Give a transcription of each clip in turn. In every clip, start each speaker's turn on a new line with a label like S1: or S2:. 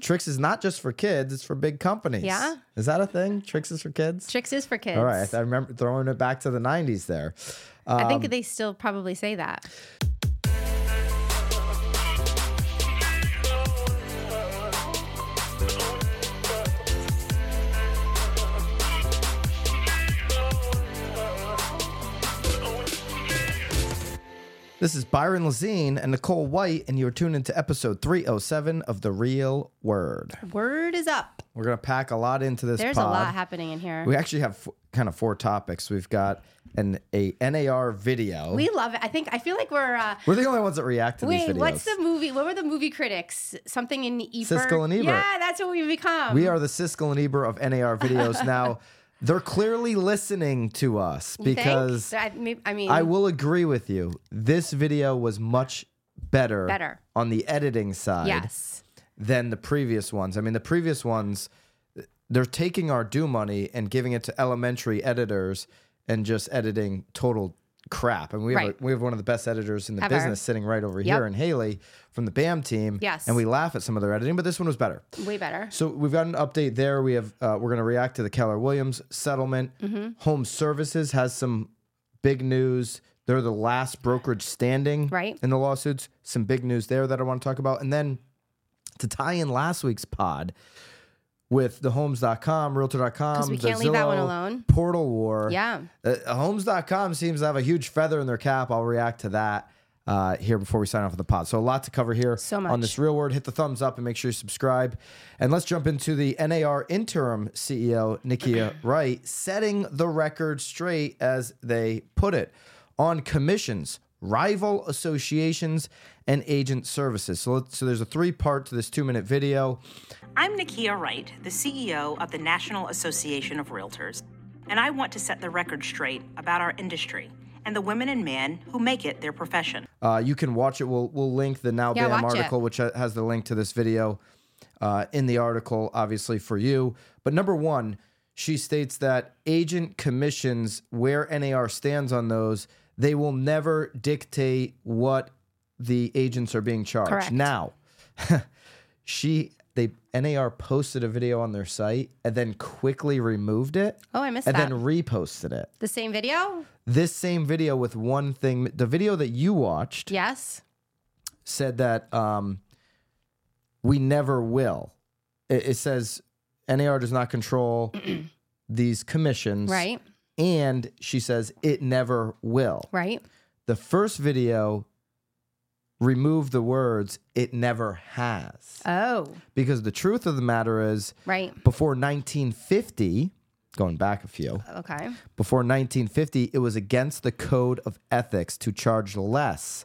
S1: Tricks is not just for kids; it's for big companies.
S2: Yeah.
S1: is that a thing? Tricks is for kids.
S2: Tricks is for kids.
S1: All right, I remember throwing it back to the '90s there. Uh,
S2: I
S1: um,
S2: think they still probably say that.
S1: This is Byron Lazine and Nicole White, and you are tuned into episode 307 of The Real Word.
S2: Word is up.
S1: We're going to pack a lot into this
S2: There's
S1: pod.
S2: a lot happening in here.
S1: We actually have f- kind of four topics. We've got an a NAR video.
S2: We love it. I think I feel like we're. Uh,
S1: We're the only ones that react to these
S2: wait,
S1: videos.
S2: what's the movie? What were the movie critics? Something in Ebert.
S1: Siskel and Ebert.
S2: Yeah, that's what we've become.
S1: we are the Siskel and Eber of NAR videos. now, they're clearly listening to us
S2: You think?
S1: because
S2: I, may- I mean,
S1: I will agree with you. This video was much better,
S2: Better.
S1: on the editing side.
S2: yes,
S1: than the previous ones. I mean, the previous ones, they're taking our due money and giving it to elementary editors and just editing total crap. And we have,
S2: Right.
S1: a, we have one of the best editors in the
S2: Ever.
S1: business sitting right over
S2: Yep.
S1: here in Haley from the BAM team.
S2: Yes.
S1: And we laugh at some of their editing, but this one was better.
S2: way better.
S1: So we've got an update there. We have uh, we're going to react to the Keller Williams settlement.
S2: Mm-hmm.
S1: Home Services has some big news. They're the last brokerage standing
S2: Right.
S1: in the lawsuits. Some big news there that I want to talk about. And then to tie in last week's pod with the homes.com, realtor.com,
S2: 'Cause we
S1: the
S2: can't leave that one
S1: Zillow
S2: alone.
S1: Portal war.
S2: Yeah.
S1: Uh, homes.com seems to have a huge feather in their cap. I'll react to that uh, here before we sign off of the pod. So, a lot to cover here
S2: So
S1: on
S2: much.
S1: this real word. Hit the thumbs up and make sure you subscribe. And let's jump into the NAR interim CEO, Nikia Wright, setting the record straight, as they put it, on commissions. Rival associations and agent services. So, let's, so there's a three part to this two minute video.
S3: I'm Nakia Wright, the CEO of the National Association of Realtors, and I want to set the record straight about our industry and the women and men who make it their profession.
S1: Uh, you can watch it. We'll we'll link the Now
S2: Yeah,
S1: Bam
S2: watch it.
S1: article, which ha- has the link to this video uh, in the article, obviously for you. But number one, she states that agent commissions, where NAR stands on those, they will never dictate what the agents are being charged.
S2: Correct.
S1: Now, she they NAR posted a video on their site and then quickly removed it
S2: Oh, I missed
S1: and
S2: that.
S1: then reposted it.
S2: the same video.
S1: This same video with one thing, the video that you watched
S2: Yes.
S1: said that um, we never will. It, it says NAR does not control these commissions.
S2: Right.
S1: And she says it never will.
S2: Right.
S1: The first video removed the words it never has.
S2: Oh,
S1: because the truth of the matter is,
S2: right.
S1: before 1950, going back a few,
S2: Okay.
S1: before 1950, it was against the code of ethics to charge less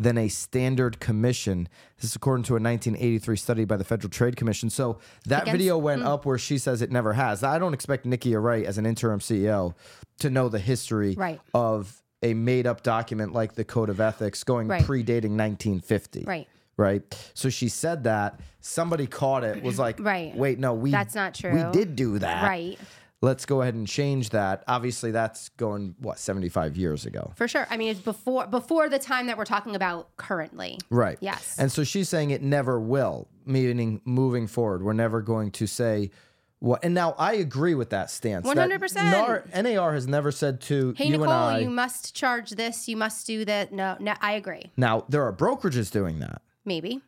S1: than a standard commission. This is according to a 1983 study by the Federal Trade Commission. So that
S2: Against- mm-hmm.
S1: video went up where she says it never has. I don't expect Nikki Wright, as an interim CEO, to know the history
S2: Right.
S1: of a made up document like the Code of Ethics going
S2: Right.
S1: predating 1950.
S2: Right.
S1: Right. So she said that. Somebody caught it, was like,
S2: Right.
S1: wait, no, we
S2: That's not
S1: We
S2: true.
S1: did do that
S2: Right.
S1: let's go ahead and change that. Obviously, that's going what seventy five years ago,
S2: For sure. I mean, it's before before the time that we're talking about currently.
S1: right?
S2: Yes.
S1: And so she's saying it never will, meaning moving forward, we're never going to say. What, and now I agree with that stance. that
S2: 100%.
S1: NAR, NAR has never said to
S2: Hey
S1: you
S2: Nicole,
S1: and I.
S2: you must charge this. You must do that. No, no, I agree.
S1: now there are brokerages doing that.
S2: Maybe.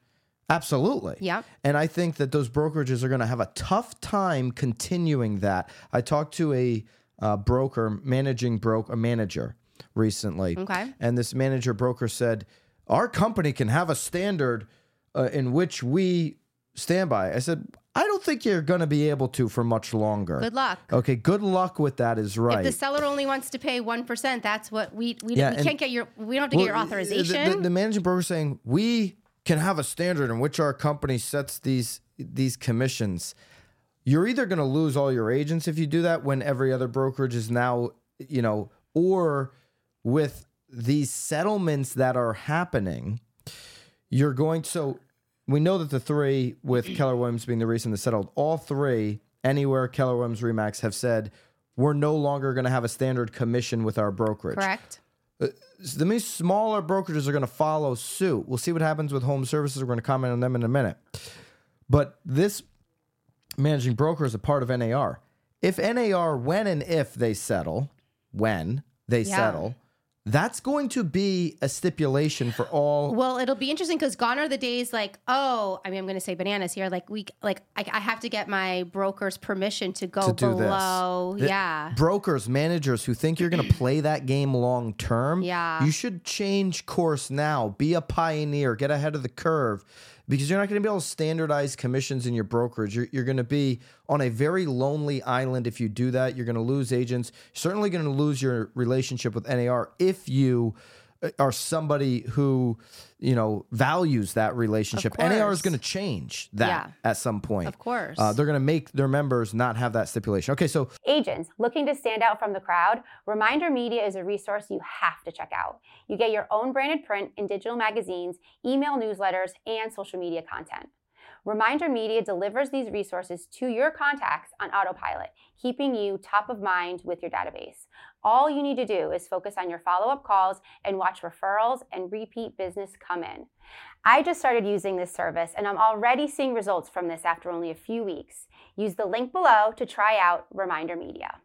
S1: Absolutely.
S2: Yep.
S1: And I think that those brokerages are going to have a tough time continuing that. I talked to a uh, broker, managing broker, a manager recently.
S2: Okay.
S1: And this manager broker said, Our company can have a standard uh, in which we stand by. I said, I don't think you're going to be able to for much longer.
S2: Good luck.
S1: Okay. Good luck with that, is right.
S2: If the seller only wants to pay one percent, that's what we we,
S1: Yeah,
S2: we
S1: and-
S2: can't get your we don't have to get your
S1: Well, the- the-
S2: authorization.
S1: The, managing broker saying we can have a standard in which our company sets these these commissions. You're either going to lose all your agents if you do that when every other brokerage is now, you know, or with these settlements that are happening, you're going so we know that the three with Keller Williams being the reason that settled, all three anywhere Keller Williams Remax have said we're no longer going to have a standard commission with our brokerage.
S2: Correct.
S1: So the many smaller brokerages are going to follow suit. We'll see what happens with home services. We're going to comment on them in a minute. But this managing broker is a part of NAR. If NAR, when and if they settle, when they
S2: Yeah.
S1: settle, that's going to be a stipulation for all.
S2: Well, it'll be interesting because gone are the days like, oh, I mean, I'm going to say bananas here. Like we, like I, I have to get my broker's permission to go
S1: To do this.
S2: below.
S1: Th-
S2: yeah,
S1: Brokers, managers who think you're going to play that game long term,
S2: Yeah.
S1: you should change course now. Be a pioneer, get ahead of the curve because you're not going to be able to standardize commissions in your brokerage. You're, you're going to be on a very lonely island if you do that. You're going to lose agents, certainly going to lose your relationship with NAR if you uh, are somebody who, you know, values that relationship. NAR is
S2: course.
S1: going to change that
S2: Yeah.
S1: at some point.
S2: of course.
S1: Uh, they're going to make their members not have that stipulation. Okay, so
S4: Agents looking to stand out from the crowd, Reminder Media is a resource you have to check out. You get your own branded print in digital magazines, email newsletters, and social media content. Reminder Media delivers these resources to your contacts on autopilot, keeping you top of mind with your database. All you need to do is focus on your follow up calls and watch referrals and repeat business come in. I just started using this service and I'm already seeing results from this after only a few weeks. Use the link below to try out Reminder Media.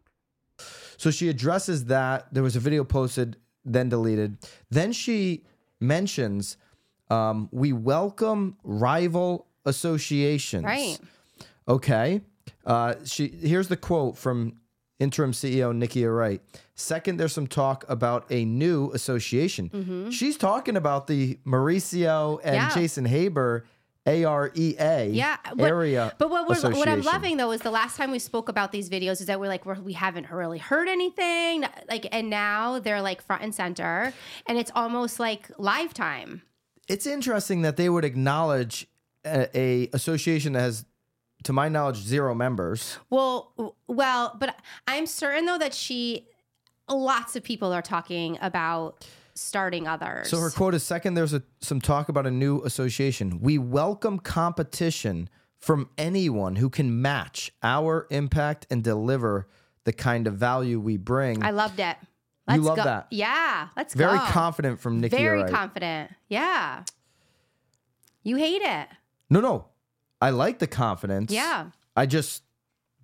S1: so she addresses that. There was a video posted, then deleted. Then she mentions um, we welcome rival associations.
S2: right.
S1: Okay. Uh, she here's the quote from interim CEO Nikki Wright. Second, there's some talk about a new association. She's talking about the Mauricio and
S2: Mm-hmm. Yeah.
S1: Jason Haber AREA
S2: Yeah, but-
S1: area.
S2: But what we're, what I'm
S1: association.
S2: loving though is the last time we spoke about these videos is that we're like we're, we haven't really heard anything like and now they're like front and center and it's almost like live time.
S1: it's interesting that they would acknowledge a, a association that has, to my knowledge, zero members.
S2: Well, w- well, but I'm certain though that she, lots of people are talking about starting others.
S1: So her quote is second. There's a, some talk about a new association. We welcome competition from anyone who can match our impact and deliver the kind of value we bring.
S2: I loved it.
S1: You love
S2: go.
S1: that.
S2: Yeah, let's
S1: Very
S2: go.
S1: confident from Nikki.
S2: Very
S1: Wright.
S2: confident. Yeah. You hate it.
S1: No, no, I like the confidence.
S2: Yeah.
S1: I just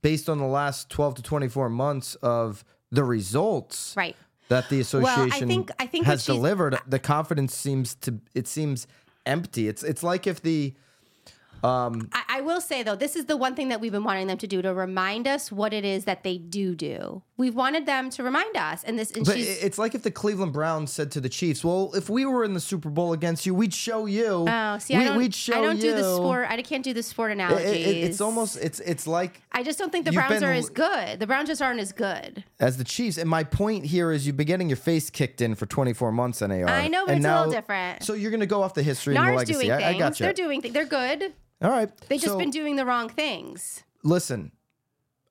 S1: based on the last 12 to 24 months of the results.
S2: Right.
S1: that the
S2: Well, I
S1: association
S2: think- I think
S1: has
S2: what she's-
S1: delivered the confidence seems to it seems empty it's it's like if the
S2: I, I will say though, this is the one thing that we've been wanting them to do to remind us what it is that they do do. We've wanted them to remind us, and this and
S1: but
S2: she's
S1: it's like if the Cleveland Browns said to the Chiefs well if we were in the Super Bowl against you we'd show you
S2: oh, see, I
S1: we,
S2: don't,
S1: we'd show
S2: I don't do the
S1: you."
S2: sport. I can't do the sport
S1: It-
S2: analogies.
S1: it- it- it's almost it's it's like
S2: I just don't think the
S1: You've
S2: Browns
S1: been
S2: are
S1: l-
S2: as good. The Browns just aren't as good.
S1: as the Chiefs and my point here is you've been getting your face kicked in for 24 months in AR
S2: I know, but
S1: and
S2: it's a little
S1: now-
S2: different.
S1: so you're gonna go off the history and the
S2: NAR's
S1: legacy
S2: doing
S1: I,
S2: things.
S1: I got you
S2: They're doing things. They're good.
S1: all right
S2: They've just
S1: So-
S2: been doing the wrong things.
S1: listen,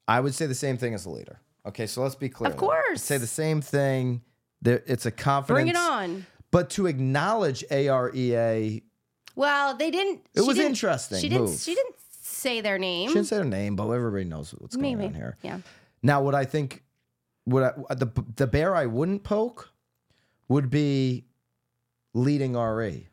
S1: I would say the same thing as a leader. Okay, so let's be clear.
S2: Of
S1: though. I'd
S2: course.
S1: say the same thing. There, it's a confidence.
S2: Bring it on.
S1: But to acknowledge E AREA,
S2: Well, they didn't.
S1: It
S2: she
S1: was
S2: didn't-
S1: interesting
S2: She didn't.
S1: move.
S2: She didn't say their name.
S1: shouldn't say their name, but everybody knows what's going on here.
S2: Yeah.
S1: Now, what I think, what I, the the bear I wouldn't poke would be leading RE,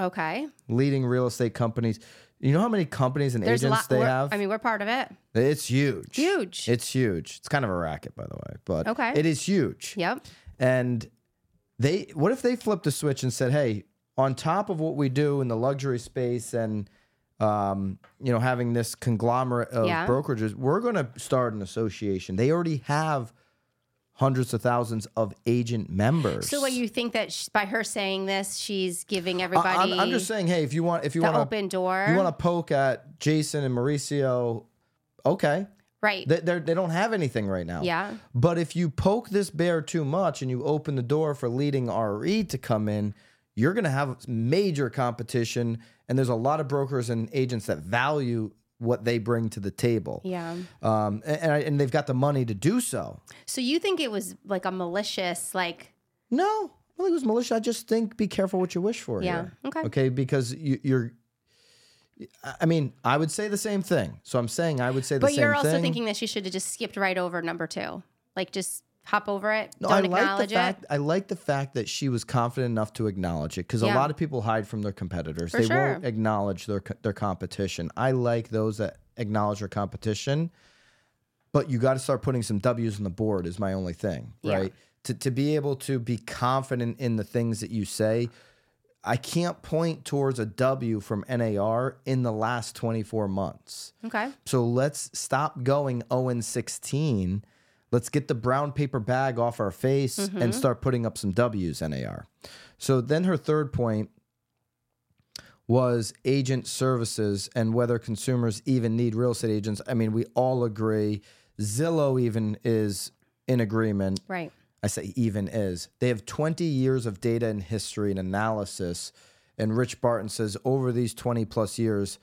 S2: Okay.
S1: leading real estate companies. You know how many companies and
S2: There's a
S1: agents
S2: lot.
S1: they
S2: we're-
S1: have?
S2: I mean, we're part of it.
S1: it's huge.
S2: Huge.
S1: It's huge. It's kind of a racket, by the way, but
S2: Okay.
S1: it is huge.
S2: Yep.
S1: And they, what if they flipped a switch and said, "Hey, on top of what we do in the luxury space and um, you know having this conglomerate of
S2: Yeah.
S1: brokerages, we're going to start an association." They already have hundreds of thousands of agent members.
S2: So, what you think that sh by her saying this, she's giving
S1: I-
S2: everybody
S1: I'm, I'm just saying, hey, if you want, if you
S2: the
S1: want to,
S2: open door?
S1: you want to poke at Jason and Mauricio, okay,
S2: right.
S1: they they're- they don't have anything right now.
S2: yeah.
S1: But if you poke this bear too much and you open the door for leading RE to come in, you're going to have major competition. And there's a lot of brokers and agents that value what they bring to the table.
S2: Yeah.
S1: Um, and, and, I, and they've got the money to do so.
S2: So you think it was like a malicious, like
S1: No, well, it was militia. I just think be careful what you wish for.
S2: Yeah,
S1: here.
S2: okay.
S1: Okay. Because you, you're, I I mean, I would say the same thing. So I'm saying I would say the
S2: But
S1: same
S2: you're also
S1: thing.
S2: thinking that she should have just skipped right over number two. Like just hop over it.
S1: No,
S2: Don't
S1: I
S2: acknowledge
S1: like the
S2: it.
S1: fact I like the fact that she was confident enough to acknowledge it because a
S2: Yeah.
S1: lot of people hide from their competitors.
S2: For
S1: they
S2: sure.
S1: won't acknowledge their co- their competition. I like those that acknowledge their competition, but you got to start putting some W's on the board. Is my only thing,
S2: Yeah.
S1: right? To to be able to be confident in the things that you say. I can't point towards a W from NAR in the last 24 months.
S2: Okay.
S1: So let's stop going 0 and 16. Let's get the brown paper bag off our face and start putting up some W's, NAR. So then her third point was agent services and whether consumers even need real estate agents. I mean, we all agree. Zillow even is in agreement
S2: Right.
S1: I say even is. They have 20 years of data and history and analysis. And Rich Barton says over these 20 plus years,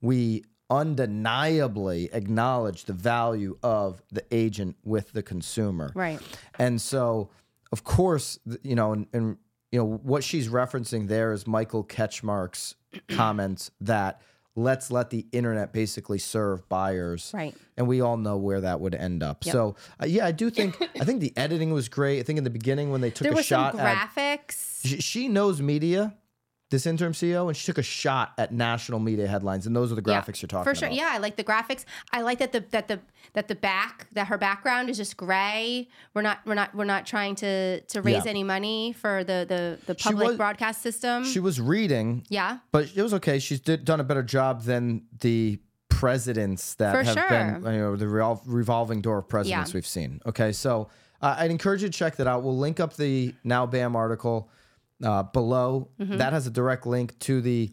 S1: we undeniably acknowledge the value of the agent with the consumer.
S2: Right.
S1: And so, of course, th- you know, and, and you know what she's referencing there is Michael Ketchmark's comments that let's let the internet basically serve buyers
S2: Right.
S1: and we all know where that would end up. So uh, yeah, I do think I think the editing was great. I think in the beginning when they took
S2: There
S1: a
S2: were some
S1: shot at
S2: graphics.
S1: she, she knows media, this interim CEO, and she took a shot at national media headlines, and those are the graphics you're talking
S2: for sure.
S1: about.
S2: Yeah, I like the graphics. I like that the that the that the back that her background is just gray. We're not we're not we're not trying to to raise
S1: Yeah.
S2: any money for the the the public
S1: was-
S2: broadcast system.
S1: she was reading,
S2: yeah,
S1: but it was okay. She's did, done a better job than the presidents that
S2: For
S1: have been
S2: sure.
S1: you know the revol- revolving door of presidents we've seen. Okay, so uh, I'd encourage you to check that out. We'll link up the Now Bam article uh, below.
S2: Mm-hmm.
S1: That has a direct link to the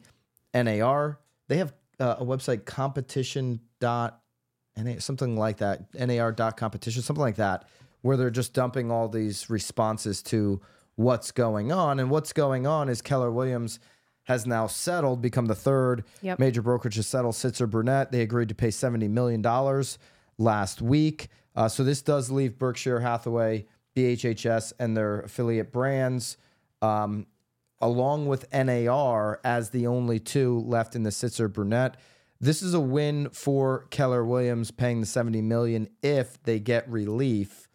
S1: NAR. They have uh, a website competition dot NA, something like that, NAR dot competition, something like that, where they're just dumping all these responses to what's going on. And what's going on is Keller Williams has now settled, become the third
S2: Yep.
S1: major brokerage to settle Sitzer Burnett. They agreed to pay $70 million last week. Uh, so this does leave Berkshire Hathaway, BHHS, and their affiliate brands um, along with NAR as the only two left in the Sitzer Brunette. This is a win for Keller Williams paying the 70 million if they get relief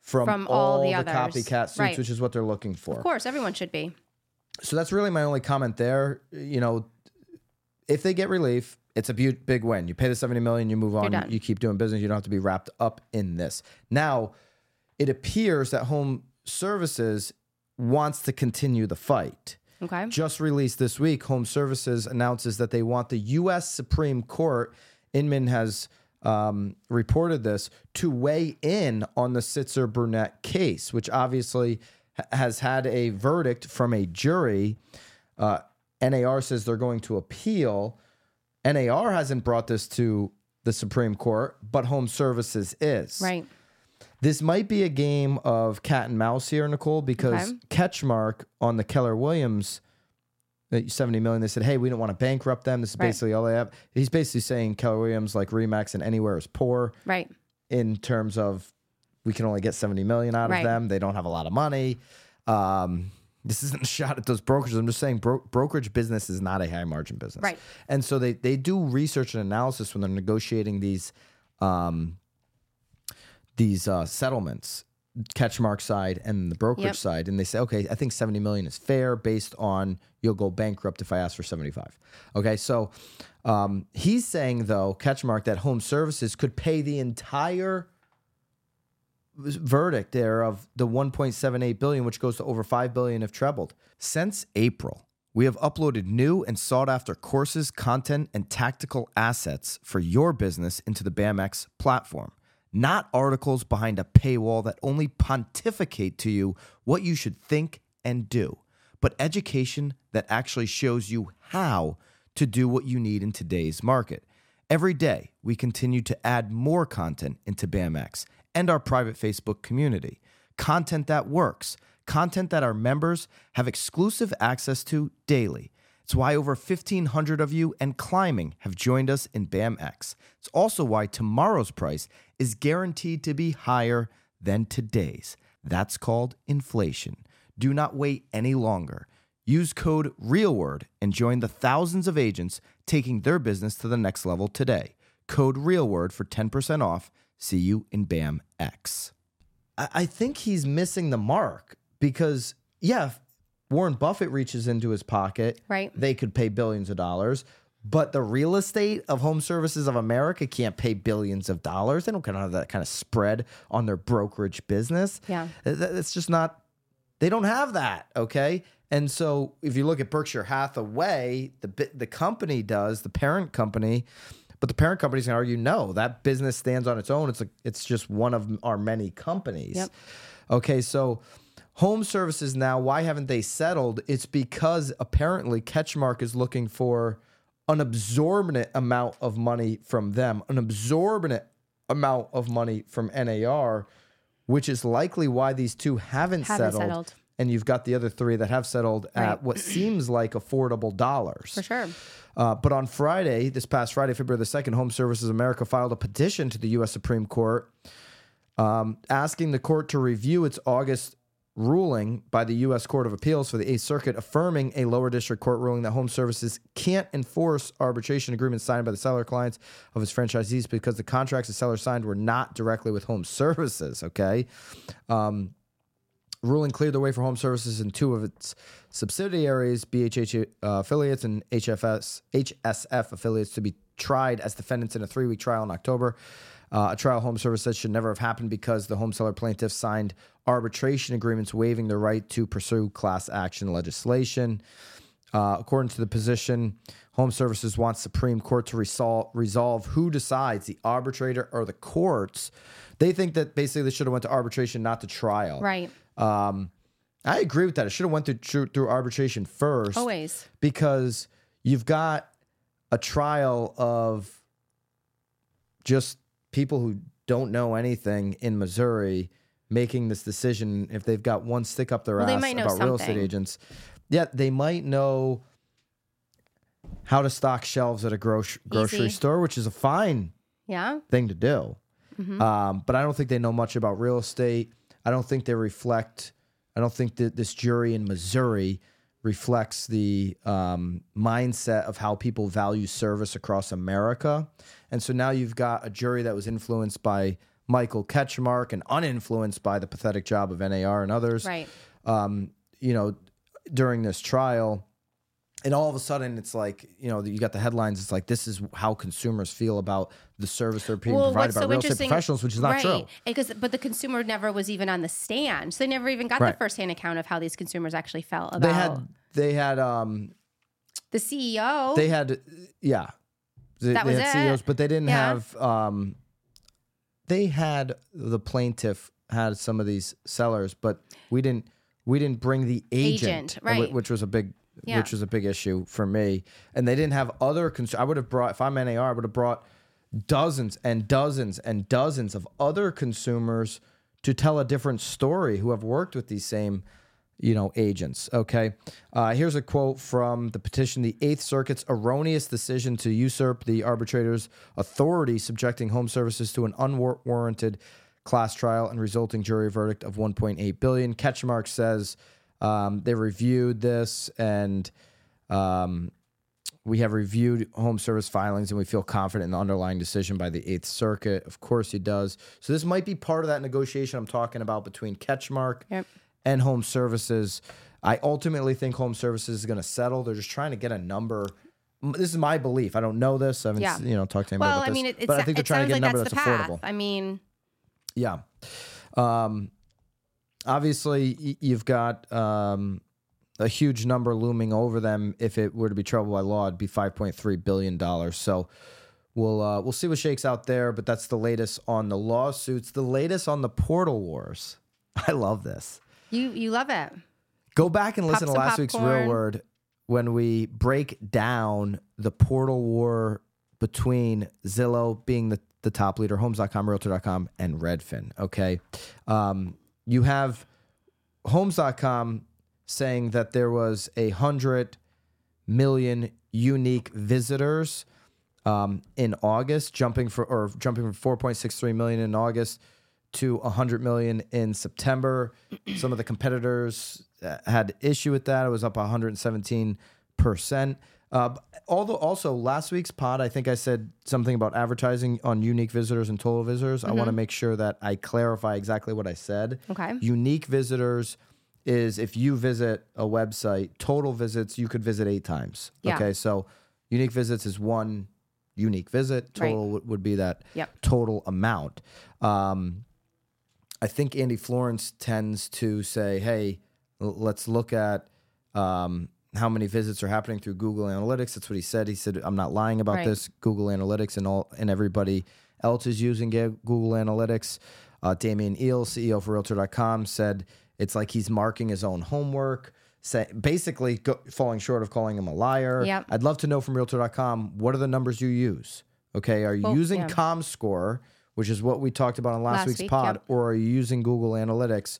S1: from,
S2: From all
S1: all,
S2: the
S1: the,
S2: others.
S1: copycat suits,
S2: Right.
S1: which is what they're looking for.
S2: of course, everyone should be.
S1: So that's really my only comment there. You know, if they get relief, it's a bu- big win. You pay the 70 million, you move on,
S2: done.
S1: you keep doing business, you don't have to be wrapped up in this. Now, it appears that Home Services wants to continue the fight.
S2: Okay.
S1: Just released this week, Home Services announces that they want the U.S. Supreme Court, Inman has um, reported this, to weigh in on the Sitzer Burnett case, which obviously ha- has had a verdict from a jury. Uh, NAR says they're going to appeal. NAR hasn't brought this to the Supreme Court, but Home Services is.
S2: Right.
S1: This might be a game of cat and mouse here, Nicole, because
S2: Okay.
S1: Ketchmark on the Keller Williams uh, 70 million, they said, hey, we don't want to bankrupt them. This is
S2: Right.
S1: basically all they have. He's basically saying Keller Williams, like Remax and Anywhere, is poor
S2: Right.
S1: in terms of we can only get 70 million out
S2: Right.
S1: of them. They don't have a lot of money. Um, this isn't a shot at those brokers. I'm just saying bro- brokerage business is not a high margin business.
S2: Right.
S1: And so they, they do research and analysis when they're negotiating these um, these uh, settlements, Catchmark side and the brokerage
S2: Yep.
S1: side, and they say, okay, I think 70 million is fair based on you'll go bankrupt if I ask for 75. Okay, so um, he's saying though, Catchmark, that Home Services could pay the entire verdict there of the 1.78 billion, which goes to over 5 billion if trebled. Since April, we have uploaded new and sought after courses, content, and tactical assets for your business into the BAMX platform. Not articles behind a paywall that only pontificate to you what you should think and do, but education that actually shows you how to do what you need in today's market. Every day, we continue to add more content into BAMX and our private Facebook community. Content that works, content that our members have exclusive access to daily. It's why over 1,500 of you and climbing have joined us in BAMX. It's also why tomorrow's price is guaranteed to be higher than today's. That's called inflation. Do not wait any longer. Use code REALWORD and join the thousands of agents taking their business to the next level today. Code REALWORD for 10% off. See you in BAMX. I, I think he's missing the mark because yeah, if Warren Buffett reaches into his pocket,
S2: Right.
S1: They could pay billions of dollars. But the real estate of Home Services of America can't pay billions of dollars. They don't kind of have that kind of spread on their brokerage business.
S2: Yeah.
S1: Th- th- It's just not they don't have that, okay? And so if you look at Berkshire Hathaway, the bi- the company does, the parent company, but the parent company's going to argue no, that business stands on its own. It's a, it's just one of our many companies.
S2: Yep.
S1: Okay, so home services now, why haven't they settled? It's because apparently Ketchmark is looking for an absorbent amount of money from them, an absorbent amount of money from NAR, which is likely why these two haven't,
S2: Haven't
S1: settled,
S2: settled.
S1: And you've got the other three that have settled at what seems like affordable dollars.
S2: for sure.
S1: Uh, but on Friday, this past Friday, February the 2nd, Home Services America filed a petition to the U.S. Supreme Court um, asking the court to review its August ruling by the U.S. Court of Appeals for the Eighth Circuit, affirming a lower district court ruling that Home Services can't enforce arbitration agreements signed by the seller clients of its franchisees because the contracts the seller signed were not directly with Home Services. Okay. Um, ruling cleared the way for home services and two of its subsidiaries, BHH uh, affiliates and HFS HSF affiliates, to be tried as defendants in a three-week trial in October. Uh, a trial home service said should never have happened because the home seller plaintiffs signed arbitration agreements waiving the right to pursue class action legislation. Uh, according to the position, Home Services wants Supreme Court to resolve, resolve who decides, the arbitrator or the courts. They think that basically they should have went to arbitration, not to trial.
S2: Right.
S1: Um, I agree with that. It should have went through, through through arbitration first,
S2: Always.
S1: because you've got a trial of just people who don't know anything in Missouri making this decision. If they've got one stick up their
S2: Well, they
S1: ass
S2: might know
S1: about real estate
S2: something.
S1: agents, yeah, they might know how to stock shelves at a grocery grocery
S2: Easy.
S1: store, which is a fine
S2: Yeah.
S1: thing to do. Um, but I don't think they know much about real estate. I don't think they reflect. I don't think that this jury in Missouri reflects the um, mindset of how people value service across America. And so now you've got a jury that was influenced by Michael Ketchmark and uninfluenced by the pathetic job of NAR and others
S2: Right.
S1: um, you know, during this trial. And all of a sudden, it's like you know you got the headlines. It's like this is how consumers feel about the service they're being provided by real estate professionals, which is not
S2: right,
S1: true.
S2: Because but the consumer never was even on the stand, so they never even got
S1: Right.
S2: the firsthand account of how these consumers actually felt about
S1: They had they had um
S2: the E CEO.
S1: they had yeah they,
S2: That
S1: they
S2: was
S1: had
S2: it.
S1: CEOs, but they didn't
S2: Yeah.
S1: have um they had the plaintiff had some of these sellers, but we didn't we didn't bring the agent,
S2: Agent, right.
S1: whi- which was a big
S2: Yeah.
S1: which was a big issue for me. And they didn't have other cons- I would have brought if I'm NAR, I would have brought dozens and dozens and dozens of other consumers to tell a different story who have worked with these same you know agents okay uh, here's a quote from the petition the eighth circuit's erroneous decision to usurp the arbitrator's authority subjecting home services to an unwarranted class trial and resulting jury verdict of 1.8 billion ketchmark says um, they reviewed this and um, we have reviewed home service filings and we feel confident in the underlying decision by the Eighth Circuit. Of course, he does. So, this might be part of that negotiation I'm talking about between Ketchmark
S2: Yep.
S1: and Home Services. I ultimately think Home Services is going to settle. They're just trying to get a number. M- This is my belief. I don't know this. I haven't
S2: Yeah.
S1: s- you know talked to anybody
S2: well,
S1: about
S2: I
S1: this.
S2: mean, it, it's,
S1: but I think they're
S2: it
S1: trying to
S2: sounds
S1: get a
S2: like
S1: number
S2: that's,
S1: that's,
S2: the path.
S1: affordable.
S2: I mean,
S1: Yeah. Um, obviously, y- you've got um, a huge number looming over them. If it were to be trouble by law, it'd be five point three billion dollars. So we'll uh, we'll see what shakes out there. But that's the latest on the lawsuits. The latest on the portal wars. I love this.
S2: you you love it.
S1: Go back and listen
S2: Pop
S1: to
S2: some
S1: last week's real
S2: popcorn.
S1: word when we break down the portal war between Zillow being the, the top leader, homes.com, realtor.com, and Redfin. Okay. Um, you have homes.com saying that there was a hundred million unique visitors um, in August, jumping for or jumping from 4.63 million in August to 100 million in September. Some of the competitors uh, had issue with that. It was up 117 percent. Uh, b- although also last week's pod, I think I said something about advertising on unique visitors and total visitors. I want to make sure that I clarify exactly what I said.
S2: Okay.
S1: Unique visitors is if you visit a website, total visits you could visit eight times.
S2: Yeah.
S1: Okay, so unique visits is one unique visit.
S2: Right.
S1: Total would- would be that
S2: Yep.
S1: total amount. Um, I think Andy Florence tends to say, "Hey, l- let's look at um, how many visits are happening through Google Analytics." That's what he said. He said, "I'm not lying about
S2: Right.
S1: this. Google Analytics and all and everybody else is using Ga- Google Analytics." Uh, Damian Eel, CEO for Realtor.com, said it's like he's marking his own homework. Say, basically, go, falling short of calling him a liar.
S2: Yep.
S1: I'd love to know from Realtor.com what are the numbers you use. Okay, are you
S2: Well,
S1: using
S2: yeah.
S1: ComScore, which is what we talked about on last,
S2: Last
S1: week's
S2: week,
S1: pod,
S2: yep.
S1: or are you using Google Analytics?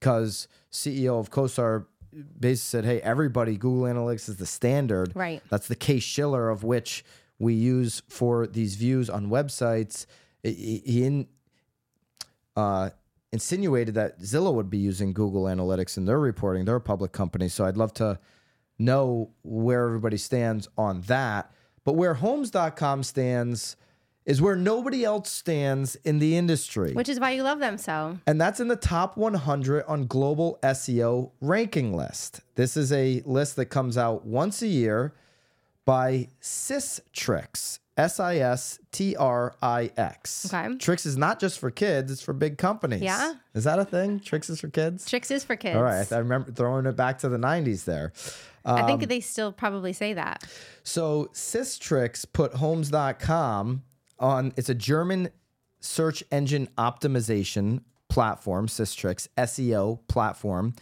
S1: Because CEO of CoStar basically said, hey, everybody, Google Analytics is the standard.
S2: Right.
S1: That's the case Schiller of which we use for these views on websites. I- I- He in, uh, insinuated that Zillow would be using Google Analytics in their reporting. They're a public company. So I'd love to know where everybody stands on that. But where homes.com stands is where nobody else stands in the industry.
S2: Which is why you love them so.
S1: And that's in the top 100 on global SEO ranking list. This is a list that comes out once a year by Sistrix. S I S T R I X.
S2: Okay.
S1: Trix is not just for kids, it's for big companies.
S2: Yeah.
S1: Is that a thing? Trix is for kids?
S2: Tricks is for kids.
S1: All right. I remember throwing it back to the 90s there.
S2: I think
S1: Um,
S2: they still probably say that.
S1: So Systrix put homes.com on it's a German search engine optimization platform, Systrix, SEO platform,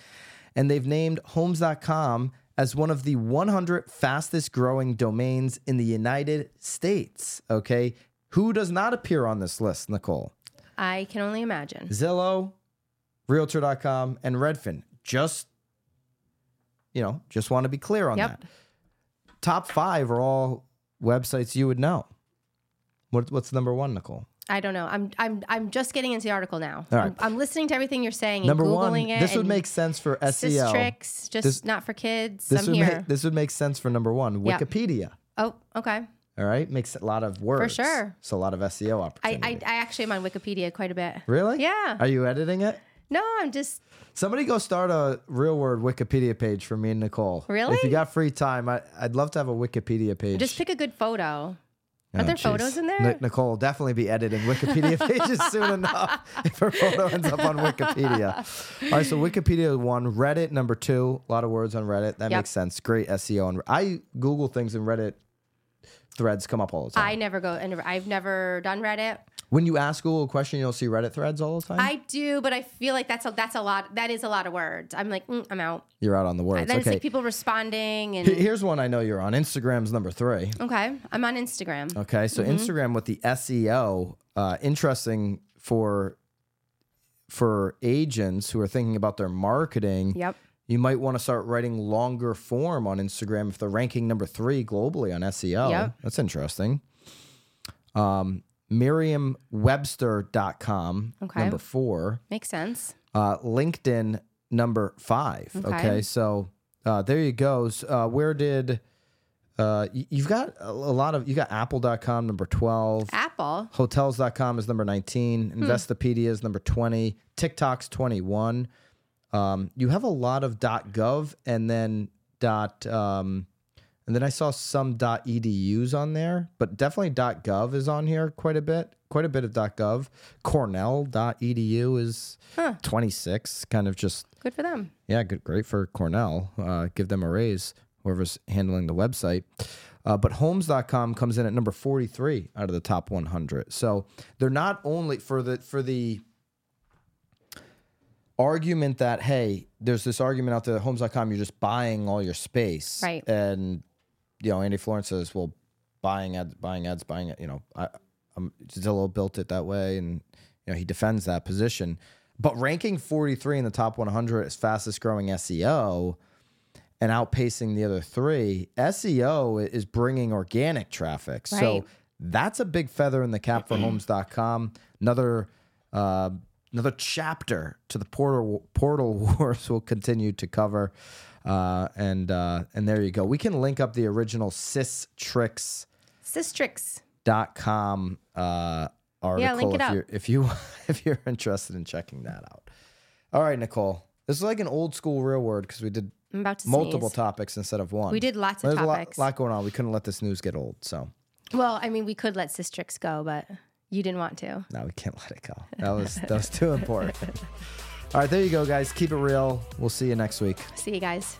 S1: and they've named homes.com as one of the 100 fastest growing domains in the United States, okay? Who does not appear on this list, Nicole?
S2: I can only imagine.
S1: Zillow, realtor.com and Redfin. Just you know, just want to be clear on that
S2: Yep.
S1: top five are all websites you would know. What, what's number one, Nicole?
S2: I don't know. I'm I'm I'm just getting into the article now.
S1: All right.
S2: I'm, I'm listening to everything you're saying and
S1: Number
S2: googling
S1: one.
S2: it.
S1: This would
S2: and
S1: make sense for SEO.
S2: Systrix, just
S1: This-
S2: not for kids.
S1: This
S2: I'm
S1: would
S2: here.
S1: make this would make sense for number one,
S2: Yeah.
S1: Wikipedia.
S2: oh, okay.
S1: All right, makes a lot of words
S2: sure.
S1: So a lot of SEO
S2: I,
S1: opportunity.
S2: I I actually am on Wikipedia quite a bit.
S1: really?
S2: Yeah.
S1: Are you editing it?
S2: No, I'm just
S1: Somebody go start a real word Wikipedia page for me and Nicole.
S2: Really?
S1: If you got free time, I, I'd love to have a Wikipedia page.
S2: just pick a good photo. Are
S1: Oh,
S2: there
S1: jeez.
S2: photos in there?
S1: Nic- Nicole will definitely be editing Wikipedia pages soon enough if her photo ends up on Wikipedia. All right, so Wikipedia one, Reddit number two, a lot of words on Reddit. That
S2: Yep.
S1: makes sense. Great SEO. And I Google things and Reddit threads come up all the time.
S2: I never go and I've never done Reddit.
S1: when you ask Google a question, you'll see Reddit threads all the time.
S2: I do, but I feel like that's a that's a lot. That is a lot of words. I'm like, mm, I'm out.
S1: You're out on the words.
S2: And then it's
S1: okay.
S2: like people responding
S1: Here-
S2: and
S1: Here's one I know you're on. Instagram's number three.
S2: okay. I'm on Instagram.
S1: Okay, so Instagram with the SEO, uh, interesting for for agents who are thinking about their marketing.
S2: Yep.
S1: You might want to start writing longer form on Instagram if they're ranking number three globally on SEO.
S2: Yep.
S1: That's interesting. Um, Merriam-Webster.com,
S2: Okay.
S1: number four.
S2: Makes sense.
S1: Uh, LinkedIn, number five. Okay.
S2: Okay.
S1: so uh, there you go. So, uh, where did... Uh, y- you've got a a lot of... You got Apple.com, number 12.
S2: Apple.
S1: Hotels.com is number 19. Investopedia is number 20. TikTok's 21. Um, you have a lot of .gov and then dot, um, and then I saw some .edu's on there, but definitely .gov is on here quite a bit. Quite a bit of .gov. Cornell.edu is 26. Kind of just
S2: Good for them.
S1: yeah, good, great for Cornell. Uh, give them a raise, whoever's handling the website. Uh, but homes.com comes in at number 43 out of the top 100. So they're not only for the for the argument that hey, there's this argument out there that homes.com you're just buying all your space.
S2: Right.
S1: And you know, Andy Florence says, well, buying ads, buying ads, buying it. You know, I, I'm, Zillow built it that way, and you know he defends that position. But ranking 43 in the top 100 as fastest growing E SEO and outpacing the other three, SEO i- is bringing organic traffic. So
S2: Right.
S1: that's a big feather in the cap for homes.com. Another uh, another chapter to the portal portal wars will continue to cover. Uh, and uh, and there you go. We can link up the original sistrix.com
S2: Sistrix.
S1: uh, article
S2: link
S1: if
S2: it up.
S1: you're if you if you're interested in checking that out. All right, Nicole. This is like an old school real word because we did
S2: I'm about to
S1: multiple
S2: sneeze.
S1: topics instead of one.
S2: We did lots of
S1: There's
S2: topics.
S1: a lot, lot going on. We couldn't let this news get old, so
S2: Well, I mean, we could let Sistrix go, but you didn't want to.
S1: no, we can't let it go. That was that was too important. All right, there you go, guys. Keep it real. We'll see you next week.
S2: See you guys.